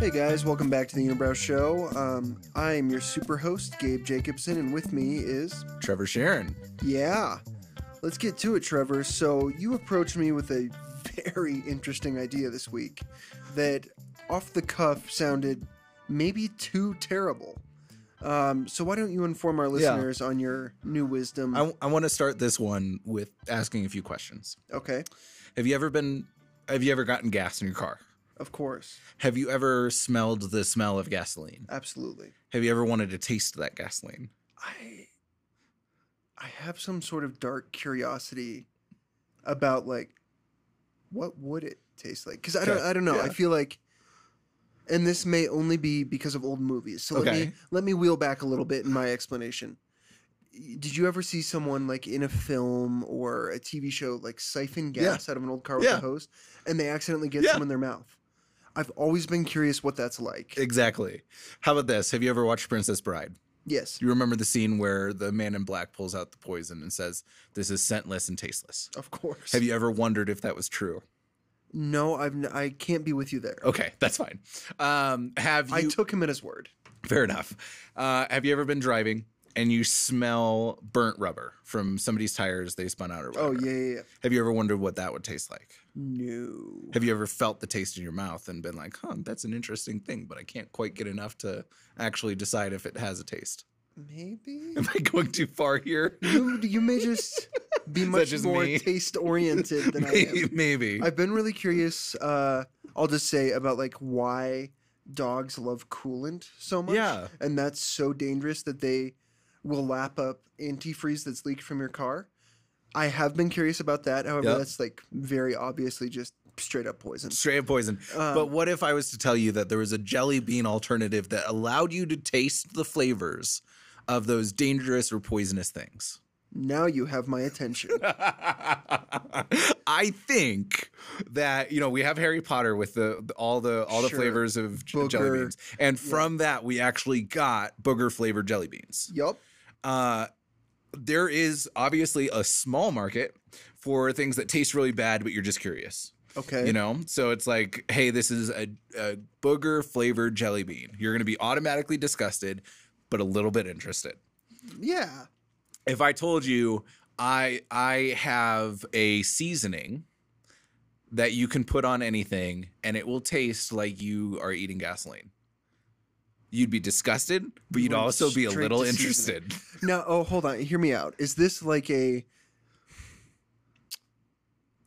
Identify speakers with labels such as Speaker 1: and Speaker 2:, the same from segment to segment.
Speaker 1: Hey guys, welcome back to the Unibrow Show. Um, I am your super host, Gabe Jacobson, and with me is
Speaker 2: Trevor Sharon.
Speaker 1: yeah. Let's get to it, Trevor. So you approached me with a very interesting idea this week that, off the cuff, sounded maybe too terrible. Um, so why don't you inform our listeners on your new wisdom?
Speaker 2: I, want to start this one with asking a few questions.
Speaker 1: okay,
Speaker 2: Have you ever been? Have you ever gotten gas in your car?
Speaker 1: of course,
Speaker 2: Have you ever smelled the smell of gasoline?
Speaker 1: absolutely.
Speaker 2: Have you ever wanted to taste that gasoline?
Speaker 1: I I have some sort of dark curiosity about like what would it taste like? Because I don't
Speaker 2: Okay,
Speaker 1: I don't know. I
Speaker 2: yeah.
Speaker 1: feel like and this may only be because of old movies. So let me
Speaker 2: Okay.
Speaker 1: let me wheel back a little bit in my explanation. Y- Did you ever see someone like in a film or a TV show like siphon
Speaker 2: Yeah.
Speaker 1: gas out of an old car with a
Speaker 2: Yeah.
Speaker 1: hose and they accidentally get
Speaker 2: Yeah.
Speaker 1: some in their mouth? I've always been curious what that's like.
Speaker 2: Exactly. How about this? Have you ever watched Princess Bride?
Speaker 1: yes,
Speaker 2: Do you remember the scene where the man in black pulls out the poison and says, "This is scentless and tasteless"?
Speaker 1: of course.
Speaker 2: Have you ever wondered if that was true?
Speaker 1: No, I've n- I can't be with you there.
Speaker 2: Okay, that's fine. Um, have you?
Speaker 1: I took him at his word.
Speaker 2: Fair enough. Uh, have you ever been driving and you smell burnt rubber from somebody's tires they spun out or whatever?
Speaker 1: Oh yeah, yeah, yeah.
Speaker 2: Have you ever wondered what that would taste like?
Speaker 1: No.
Speaker 2: Have you ever felt the taste in your mouth and been like, huh, that's an interesting thing, but I can't quite get enough to actually decide if it has a taste?
Speaker 1: Maybe
Speaker 2: Am I going too far here?
Speaker 1: you, you may just be much
Speaker 2: just
Speaker 1: more
Speaker 2: me?
Speaker 1: taste oriented than I am.
Speaker 2: Maybe.
Speaker 1: I've been really curious. Uh, I'll just say about like why dogs love coolant so much.
Speaker 2: Yeah.
Speaker 1: and that's so dangerous that they will lap up antifreeze that's leaked from your car. I have been curious about that. However,
Speaker 2: Yep.
Speaker 1: that's like very obviously just straight up poison.
Speaker 2: Straight up poison.
Speaker 1: Um,
Speaker 2: but what if I was to tell you that there was a jelly bean alternative that allowed you to taste the flavors of those dangerous or poisonous things?
Speaker 1: Now you have my attention.
Speaker 2: I think that you know we have Harry Potter with the, the- all the all the
Speaker 1: Sure.
Speaker 2: flavors of j-
Speaker 1: Booger.
Speaker 2: jelly beans, and from that we actually got booger flavored jelly beans.
Speaker 1: yup.
Speaker 2: Uh, there is obviously a small market for things that taste really bad, but you're just curious.
Speaker 1: Okay.
Speaker 2: You know, so it's like, hey, this is a, a booger flavored jelly bean. You're going to be automatically disgusted, but a little bit interested
Speaker 1: Yeah.
Speaker 2: if I told you I I have a seasoning that you can put on anything and it will taste like you are eating gasoline. You'd be disgusted, but
Speaker 1: You
Speaker 2: you'd
Speaker 1: went
Speaker 2: also be a
Speaker 1: straight
Speaker 2: little
Speaker 1: to seasoning.
Speaker 2: interested.
Speaker 1: Now, oh, hold on. Hear me out. Is this like a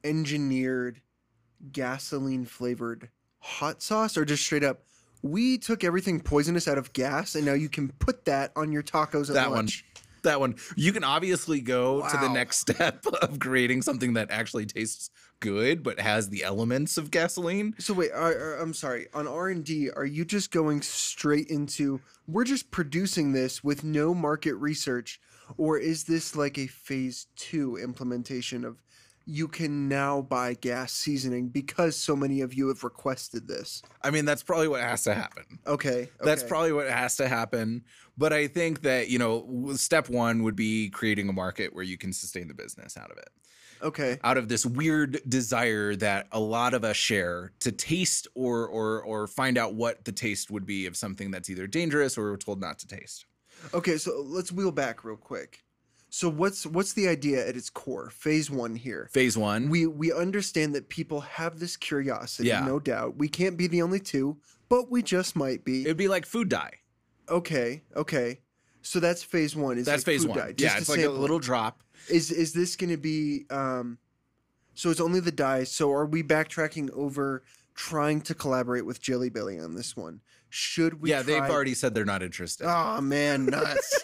Speaker 1: engineered gasoline flavored hot sauce or just straight up we took everything poisonous out of gas and now you can put that on your tacos at
Speaker 2: That one.
Speaker 1: lunch.
Speaker 2: That one. You can obviously go to the
Speaker 1: Wow.
Speaker 2: next step of creating something that actually tastes good but has the elements of gasoline.
Speaker 1: So wait, I, I, I'm sorry. On R&D, are you just going straight into we're just producing this with no market research or is this like a phase 2 implementation of you can now buy gas seasoning because so many of you have requested this?
Speaker 2: I mean, that's probably what has to happen.
Speaker 1: Okay.
Speaker 2: That's
Speaker 1: okay.
Speaker 2: probably what has to happen. But I think that, you know, w- step one would be creating a market where you can sustain the business out of it,
Speaker 1: Okay.
Speaker 2: out of this weird desire that a lot of us share to taste or, or, or find out what the taste would be of something that's either dangerous or we're told not to taste.
Speaker 1: Okay, so let's wheel back real quick. So what's what's the idea at its core? Phase 1 here.
Speaker 2: Phase one.
Speaker 1: we we understand that people have this curiosity,
Speaker 2: Yeah.
Speaker 1: no doubt. We can't be the only two, but we just might be.
Speaker 2: It'd be like food dye.
Speaker 1: okay, okay. So that's phase one. Is
Speaker 2: That's
Speaker 1: like
Speaker 2: phase
Speaker 1: food
Speaker 2: one.
Speaker 1: dye,
Speaker 2: yeah,
Speaker 1: just
Speaker 2: it's
Speaker 1: a
Speaker 2: like a
Speaker 1: sampling.
Speaker 2: little drop.
Speaker 1: Is is this going to be? Um, so it's only the dye. So are we backtracking over trying to collaborate with Jelly Belly on this one? Should we?
Speaker 2: yeah,
Speaker 1: try-
Speaker 2: they've already said they're not interested.
Speaker 1: Oh man, nuts.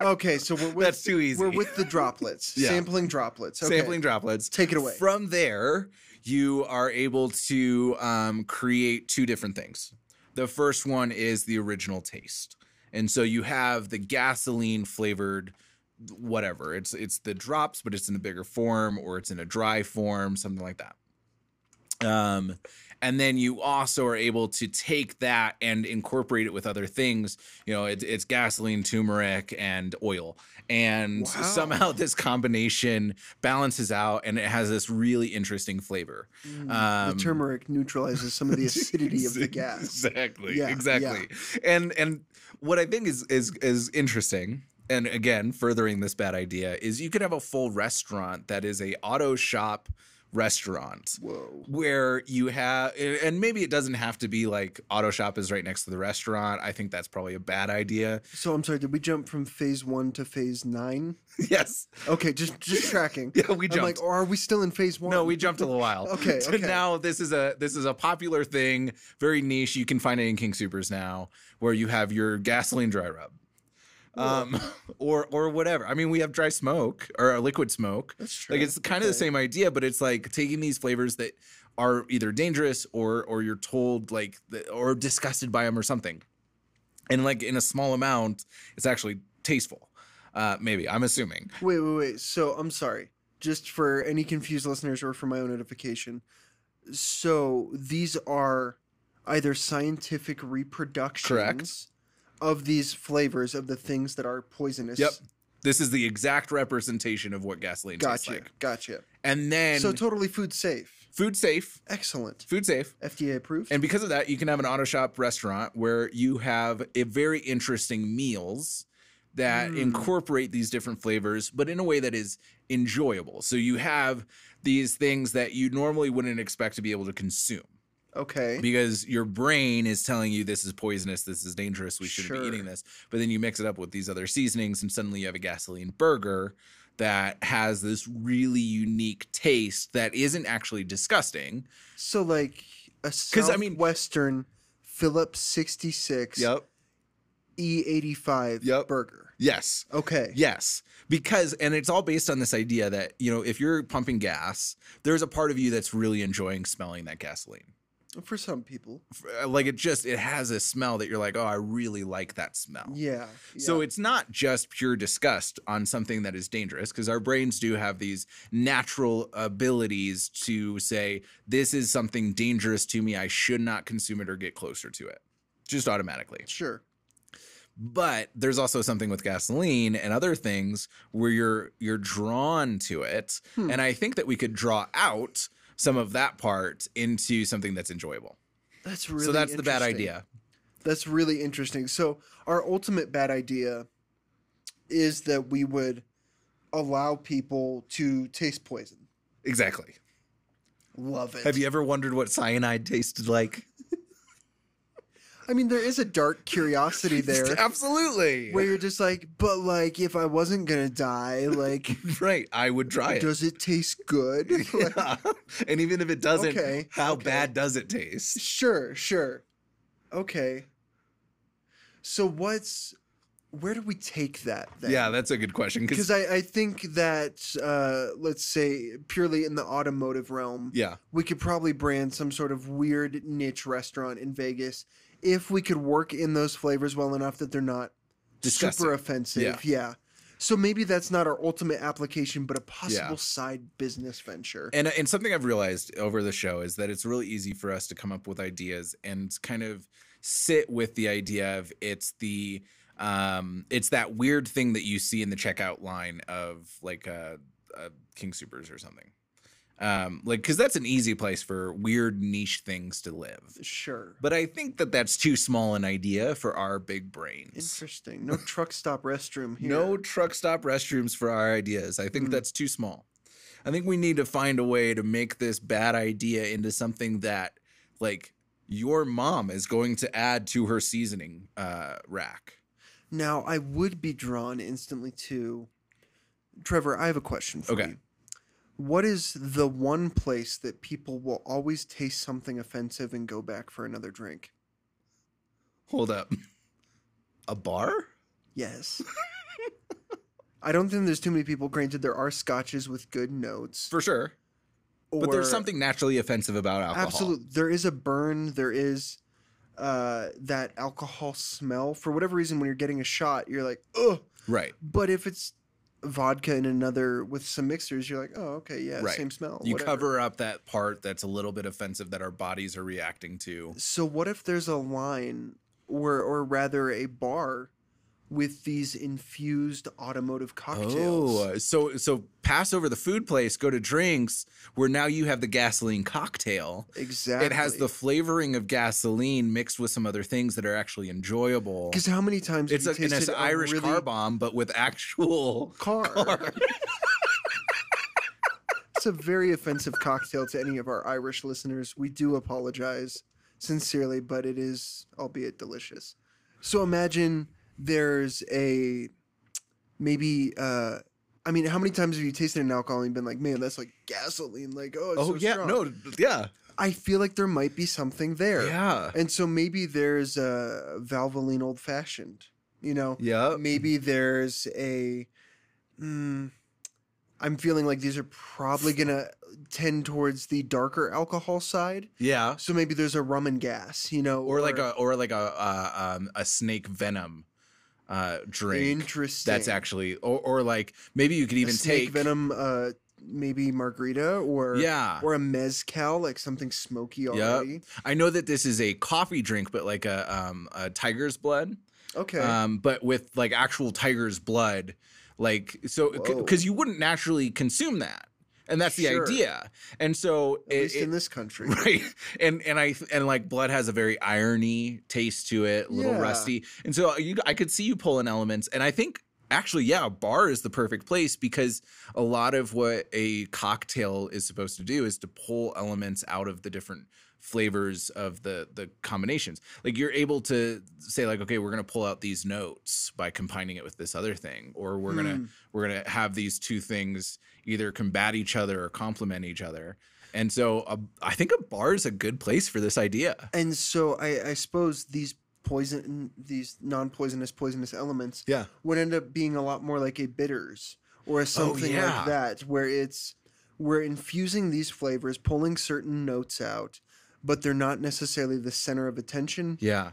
Speaker 1: okay, so we're with,
Speaker 2: That's too easy.
Speaker 1: We're with the droplets,
Speaker 2: Yeah.
Speaker 1: sampling droplets. Okay.
Speaker 2: sampling droplets.
Speaker 1: Take it away.
Speaker 2: From there, you are able to um, create two different things. The first one is the original taste, and so you have the gasoline flavored whatever. It's it's the drops, but it's in a bigger form or it's in a dry form, something like that. Um, and then you also are able to take that and incorporate it with other things. You know, it's it's gasoline, turmeric, and oil, and
Speaker 1: Wow.
Speaker 2: somehow this combination balances out, and it has this really interesting flavor.
Speaker 1: Mm,
Speaker 2: Um,
Speaker 1: the turmeric neutralizes some of the acidity of the gas.
Speaker 2: Exactly.
Speaker 1: Yeah, yeah.
Speaker 2: exactly. And and what I think is is is interesting, and again, furthering this bad idea, is you could have a full restaurant that is a auto shop restaurant
Speaker 1: Whoa.
Speaker 2: where you have and maybe it doesn't have to be like auto shop is right next to the restaurant i think that's probably a bad idea
Speaker 1: So I'm sorry. Did we jump from phase one to phase nine?
Speaker 2: yes
Speaker 1: Okay, just just tracking.
Speaker 2: yeah we jumped
Speaker 1: I'm like, or are we still in phase one?
Speaker 2: no we jumped a little while
Speaker 1: Okay,
Speaker 2: so
Speaker 1: okay.
Speaker 2: now this is a this is a popular thing very niche you can find it in king supers now where you have your gasoline dry rub um or or whatever i mean we have dry smoke or a liquid smoke
Speaker 1: That's true.
Speaker 2: Like it's kind of the
Speaker 1: Okay.
Speaker 2: same idea, but it's like taking these flavors that are either dangerous or or you're told like th- or disgusted by them or something, and like in a small amount, it's actually tasteful. Uh, maybe I'm assuming.
Speaker 1: Wait, wait, wait. So I'm sorry. Just for any confused listeners or for my own notification. So these are either scientific reproductions of these flavors of the things that are poisonous.
Speaker 2: Yep. This is the exact representation of what gasoline tastes
Speaker 1: Gotcha.
Speaker 2: like.
Speaker 1: Gotcha.
Speaker 2: And then
Speaker 1: so totally food safe.
Speaker 2: food safe,
Speaker 1: Excellent.
Speaker 2: food safe.
Speaker 1: FDA approved.
Speaker 2: And because of that, you can have an auto shop restaurant where you have a very interesting meals that
Speaker 1: Mm.
Speaker 2: incorporate these different flavors, but in a way that is enjoyable. So you have these things that you normally wouldn't expect to be able to consume
Speaker 1: okay.
Speaker 2: because your brain is telling you this is poisonous, this is dangerous, we shouldn't
Speaker 1: Sure.
Speaker 2: be eating this. But then you mix it up with these other seasonings, and suddenly you have a gasoline burger that has this really unique taste that isn't actually disgusting.
Speaker 1: so like a
Speaker 2: 'Cause, I mean-
Speaker 1: Western Phillips 66 E85
Speaker 2: Yep.
Speaker 1: burger.
Speaker 2: Yes.
Speaker 1: Okay.
Speaker 2: Yes, because and it's all based on this idea that you know if you're pumping gas, there's a part of you that's really enjoying smelling that gasoline.
Speaker 1: For some people.
Speaker 2: F- uh, Like it just it has a smell that you're like, oh, I really like that smell.
Speaker 1: Yeah.
Speaker 2: So
Speaker 1: yeah.
Speaker 2: it's not just pure disgust on something that is dangerous because our brains do have these natural abilities to say this is something dangerous to me. I should not consume it or get closer to it. Just automatically.
Speaker 1: sure.
Speaker 2: but there's also something with gasoline and other things where you're you're drawn to it
Speaker 1: Hmm.
Speaker 2: and i think that we could draw out some of that part into something that's enjoyable
Speaker 1: That's really
Speaker 2: so that's the bad
Speaker 1: interesting.
Speaker 2: idea
Speaker 1: That's really interesting. So our ultimate bad idea is that we would allow people to taste poison.
Speaker 2: exactly
Speaker 1: Love it.
Speaker 2: have you ever wondered what cyanide tasted like
Speaker 1: I mean, there is a dark curiosity there
Speaker 2: absolutely
Speaker 1: where you're just like, but like, if I wasn't gonna die, like,
Speaker 2: right i would try it
Speaker 1: does it taste good? Like,
Speaker 2: Oh, yeah. and even if it doesn't
Speaker 1: Okay,
Speaker 2: how
Speaker 1: okay.
Speaker 2: bad does it taste
Speaker 1: sure, sure, okay. So what's where do we take that? Then?
Speaker 2: yeah that's a good question
Speaker 1: because
Speaker 2: because
Speaker 1: I, I think that uh, let's say purely in the automotive realm,
Speaker 2: yeah
Speaker 1: we could probably brand some sort of weird niche restaurant in Vegas if we could work in those flavors well enough that they're not
Speaker 2: disgusting
Speaker 1: super offensive. Yeah. So maybe that's not our ultimate application, but a possible side business venture.
Speaker 2: And uh, and something I've realized over the show is that it's really easy for us to come up with ideas and kind of sit with the idea of it's the um it's that weird thing that you see in the checkout line of like uh, uh King Supers or something. Um like cuz that's an easy place for weird niche things to live.
Speaker 1: sure.
Speaker 2: But I think that that's too small an idea for our big brains.
Speaker 1: Interesting. No truck stop restroom here.
Speaker 2: No truck stop restrooms for our ideas. I think
Speaker 1: Mm.
Speaker 2: that's too small. I think we need to find a way to make this bad idea into something that, like, your mom is going to add to her seasoning uh, rack.
Speaker 1: Now, I would be drawn instantly to Trevor. I have a question for
Speaker 2: Okay.
Speaker 1: you. What is the one place that people will always taste something offensive and go back for another drink?
Speaker 2: Hold up. A bar?
Speaker 1: Yes. I don't think there's too many people. Granted, there are scotches with good notes,
Speaker 2: For sure.
Speaker 1: or,
Speaker 2: but there's something naturally offensive about alcohol.
Speaker 1: absolutely. There is a burn. There is uh, that alcohol smell. For whatever reason, when you're getting a shot, you're like, ugh.
Speaker 2: Right.
Speaker 1: But if it's vodka in another with some mixers, you're like, oh, okay, yeah,
Speaker 2: Right.
Speaker 1: same smell.
Speaker 2: You
Speaker 1: whatever.
Speaker 2: cover up that part that's a little bit offensive that our bodies are reacting to.
Speaker 1: So what if there's a line, or or rather a bar, with these infused automotive cocktails?
Speaker 2: Oh, so so pass over the food place, go to drinks, where now you have the gasoline cocktail.
Speaker 1: exactly.
Speaker 2: It has the flavoring of gasoline mixed with some other things that are actually enjoyable.
Speaker 1: because how many times
Speaker 2: It's a,
Speaker 1: have you
Speaker 2: and it's
Speaker 1: tasted
Speaker 2: an
Speaker 1: a
Speaker 2: Irish
Speaker 1: really
Speaker 2: car bomb, but with actual
Speaker 1: car?
Speaker 2: car.
Speaker 1: it's a very offensive cocktail to any of our Irish listeners. We do apologize sincerely, but it is, albeit delicious. So imagine there's a maybe. uh I mean, how many times have you tasted an alcohol and been like, "Man, that's like gasoline." Like, oh, it's
Speaker 2: Oh
Speaker 1: so
Speaker 2: yeah,
Speaker 1: strong."
Speaker 2: no, yeah,
Speaker 1: I feel like there might be something there.
Speaker 2: yeah,
Speaker 1: And so maybe there's a Valvoline Old Fashioned, you know?
Speaker 2: yeah.
Speaker 1: Maybe there's a. Mm, I'm feeling like these are probably going to tend towards the darker alcohol side.
Speaker 2: Yeah,
Speaker 1: So maybe there's a rum and gas, you know?
Speaker 2: or like a or like a uh, um, a snake venom uh, drink.
Speaker 1: Interesting.
Speaker 2: That's actually or or like maybe you could
Speaker 1: A
Speaker 2: even
Speaker 1: snake
Speaker 2: take
Speaker 1: venom, uh, maybe margarita or.
Speaker 2: Yeah,
Speaker 1: Or a mezcal, like something smoky already.
Speaker 2: I know that this is a coffee drink, but like a um a tiger's blood,
Speaker 1: Okay.
Speaker 2: um, but with like actual tiger's blood, like so
Speaker 1: Whoa.
Speaker 2: because you wouldn't naturally consume that, and that's the
Speaker 1: Sure.
Speaker 2: idea, and so
Speaker 1: At least in this country.
Speaker 2: right and and i and like blood has a very irony taste to it a little
Speaker 1: Yeah.
Speaker 2: rusty and so uh, you i could see you pulling elements and i think actually yeah a bar is the perfect place because a lot of what a cocktail is supposed to do is to pull elements out of the different flavors of the the combinations like you're able to say like okay we're going to pull out these notes by combining it with this other thing or we're going to
Speaker 1: Hmm.
Speaker 2: we're going to have these two things either combat each other or complement each other and so a, i think a bar is a good place for this idea
Speaker 1: And so I, I suppose these poison, these non-poisonous, poisonous elements
Speaker 2: yeah Oh,
Speaker 1: would end up being a lot more like a bitters or a something
Speaker 2: yeah.
Speaker 1: like that, where it's we're infusing these flavors, pulling certain notes out, but they're not necessarily the center of attention.
Speaker 2: yeah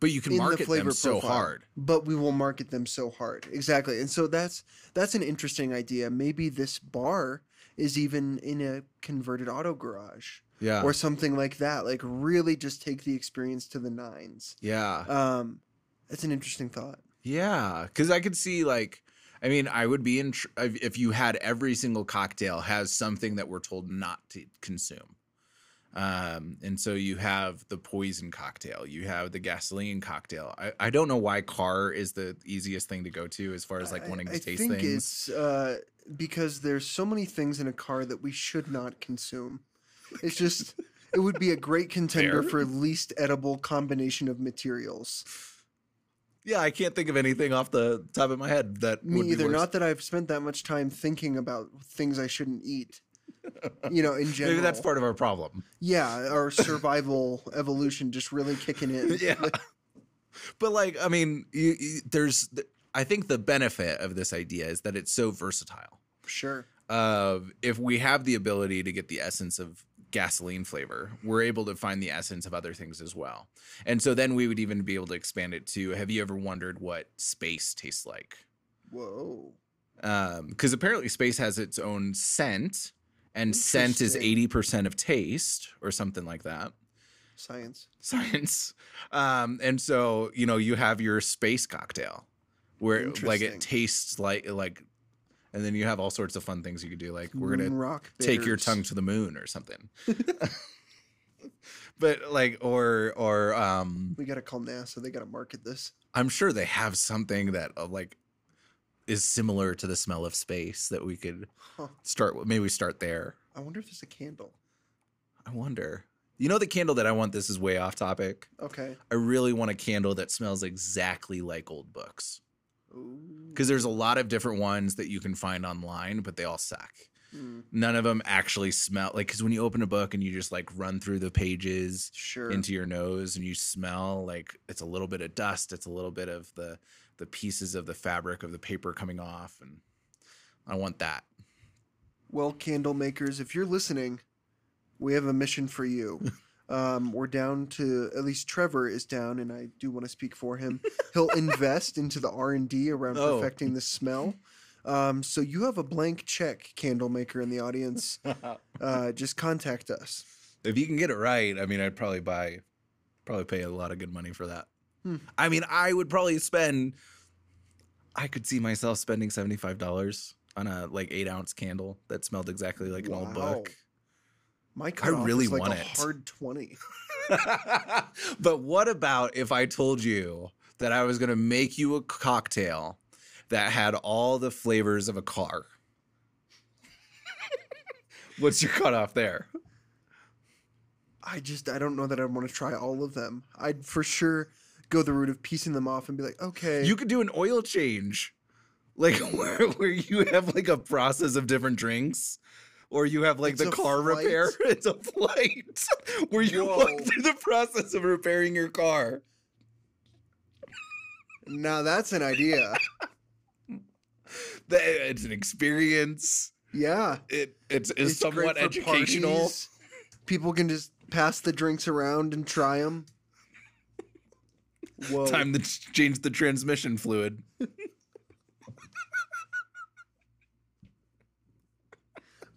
Speaker 2: but you can
Speaker 1: In the
Speaker 2: market them
Speaker 1: flavor
Speaker 2: so
Speaker 1: profile.
Speaker 2: hard
Speaker 1: But we will market them so hard, exactly. And so that's that's an interesting idea. Maybe this bar is even in a converted auto garage
Speaker 2: yeah
Speaker 1: or something like that. Like really, just take the experience to the nines.
Speaker 2: yeah
Speaker 1: Um, that's an interesting thought.
Speaker 2: yeah because i could see like i mean i would be in tr- if if you had every single cocktail has something that we're told not to consume um, and so you have the poison cocktail, you have the gasoline cocktail. I, I don't know why car is the easiest thing to go to as far as like
Speaker 1: I-
Speaker 2: wanting to
Speaker 1: I
Speaker 2: taste
Speaker 1: think
Speaker 2: things.
Speaker 1: it's uh, because there's so many things in a car that we should not consume. It's just it would be a great contender
Speaker 2: Fair.
Speaker 1: for least edible combination of materials.
Speaker 2: Yeah, I can't think of anything off the top of my head that
Speaker 1: Me
Speaker 2: would be
Speaker 1: either.
Speaker 2: worse.
Speaker 1: Not that I've spent that much time thinking about things I shouldn't eat. You know, in general.
Speaker 2: Maybe that's part of our problem.
Speaker 1: Yeah, our survival evolution just really kicking in.
Speaker 2: yeah, but like, I mean, you, you, there's. I think the benefit of this idea is that it's so versatile.
Speaker 1: Sure.
Speaker 2: Of if we have the ability to get the essence of gasoline flavor, we're able to find the essence of other things as well. And so then we would even be able to expand it to have you ever wondered what space tastes like?
Speaker 1: Whoa.
Speaker 2: because apparently space has its own scent, and scent is eighty percent of taste, or something like that.
Speaker 1: Science.
Speaker 2: Science, um, and so you know you have your space cocktail, where like
Speaker 1: Interesting.
Speaker 2: it tastes like like, and then you have all sorts of fun things you could do. Like we're
Speaker 1: Moon
Speaker 2: gonna
Speaker 1: rock
Speaker 2: take your
Speaker 1: bitters.
Speaker 2: tongue to the moon or something. but like or or um,
Speaker 1: We gotta call NASA. They gotta market this.
Speaker 2: I'm sure they have something that uh, like is similar to the smell of space that we could
Speaker 1: Huh.
Speaker 2: start with. Maybe we start there.
Speaker 1: I wonder if there's a candle.
Speaker 2: I wonder. You know the candle that I want. This is way off topic.
Speaker 1: Okay.
Speaker 2: I really want a candle that smells exactly like old books
Speaker 1: Ooh.
Speaker 2: because there's a lot of different ones that you can find online, but they all suck.
Speaker 1: Mm,
Speaker 2: None of them actually smell like because when you open a book and you just like run through the pages
Speaker 1: sure.
Speaker 2: into your nose and you smell like it's a little bit of dust, it's a little bit of the the pieces of the fabric of the paper coming off, and I want that.
Speaker 1: well, candle makers, if you're listening, we have a mission for you. Um, we're down to at least Trevor is down, and I do want to speak for him. He'll invest into the R and D around
Speaker 2: Oh.
Speaker 1: perfecting the smell. Um, so you have a blank check, candle maker in the audience. Uh, just contact us.
Speaker 2: if you can get it right, I mean, I'd probably buy, probably pay a lot of good money for that.
Speaker 1: Hmm.
Speaker 2: I mean, I would probably spend. I could see myself spending seventy five dollars on a like eight ounce candle that smelled exactly like an old
Speaker 1: Wow.
Speaker 2: book.
Speaker 1: My cutoff
Speaker 2: really
Speaker 1: is like
Speaker 2: want
Speaker 1: a
Speaker 2: it.
Speaker 1: hard twenty.
Speaker 2: but what about if I told you that I was going to make you a cocktail that had all the flavors of a car? What's your cutoff there?
Speaker 1: I just I don't know that I want to try all of them. I'd for sure go the route of piecing them off and be like, okay,
Speaker 2: You could do an oil change, like where, where you have like a process of different drinks, or you have like
Speaker 1: It's
Speaker 2: the
Speaker 1: a
Speaker 2: car
Speaker 1: flight?
Speaker 2: repair. It's a flight where you
Speaker 1: Whoa.
Speaker 2: walk through the process of repairing your car.
Speaker 1: now that's an idea.
Speaker 2: That- It's an experience.
Speaker 1: yeah,
Speaker 2: It it's, it's,
Speaker 1: great
Speaker 2: somewhat
Speaker 1: for
Speaker 2: educational.
Speaker 1: parties. People can just pass the drinks around and try them. Whoa!
Speaker 2: Time to ch- change the transmission fluid.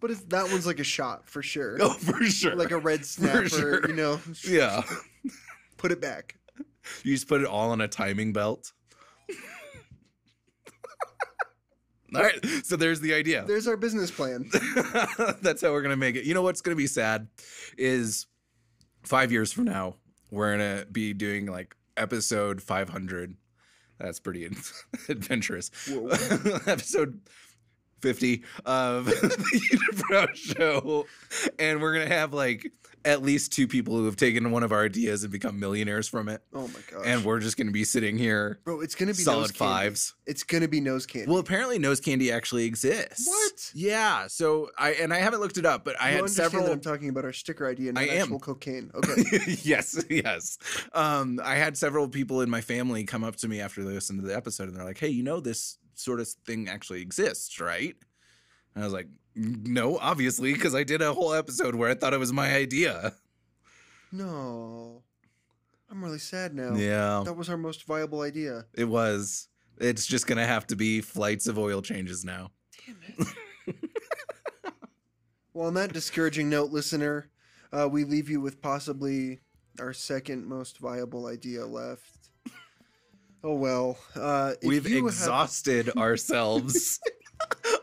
Speaker 1: But it's, that one's like a shot for sure.
Speaker 2: Oh, for sure.
Speaker 1: Like a red snapper,
Speaker 2: sure.
Speaker 1: you know.
Speaker 2: yeah.
Speaker 1: Put it back.
Speaker 2: You just put it all on a timing belt. all right. So there's the idea.
Speaker 1: There's our business plan.
Speaker 2: That's how we're gonna make it. You know what's gonna be sad is five years from now we're gonna be doing like episode 500. That's pretty adventurous.
Speaker 1: Whoa.
Speaker 2: episode 50 of the Unibrow Show. And we're going to have like at least two people who have taken one of our ideas and become millionaires from it.
Speaker 1: Oh my gosh.
Speaker 2: And we're just going to be sitting here
Speaker 1: Bro, it's gonna be nose
Speaker 2: solid
Speaker 1: candy.
Speaker 2: fives.
Speaker 1: It's gonna be nose candy.
Speaker 2: Well, apparently nose candy actually exists.
Speaker 1: What?
Speaker 2: Yeah. So I, and I haven't looked it up, but I
Speaker 1: You
Speaker 2: had
Speaker 1: understand
Speaker 2: several.
Speaker 1: That I'm talking about our sticker idea, not
Speaker 2: I am.
Speaker 1: actual cocaine. Okay.
Speaker 2: yes, yes. Um, I had several people in my family come up to me after they listened to the episode, and they're like, "Hey, you know this sort of thing actually exists, right?" And I was like, "No, obviously, because I did a whole episode where I thought it was my idea."
Speaker 1: no, I'm really sad now.
Speaker 2: Yeah,
Speaker 1: That was our most viable idea.
Speaker 2: it was. It's just gonna have to be flights of oil changes now.
Speaker 1: Damn it. well, on that discouraging note, listener, uh, we leave you with possibly our second most viable idea left. Oh well. Uh, if
Speaker 2: We've
Speaker 1: you have-
Speaker 2: exhausted ourselves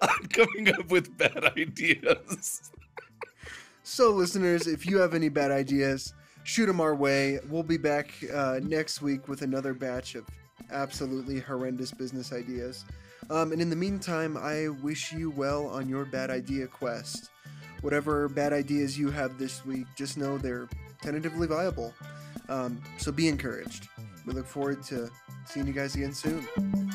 Speaker 2: on coming up with bad ideas.
Speaker 1: So, listeners, if you have any bad ideas, shoot them our way. We'll be back uh, next week with another batch of absolutely horrendous business ideas. Um, and in the meantime, I wish you well on your bad idea quest. Whatever bad ideas you have this week, just know they're tentatively viable. Um, so be encouraged. We look forward to seeing you guys again soon.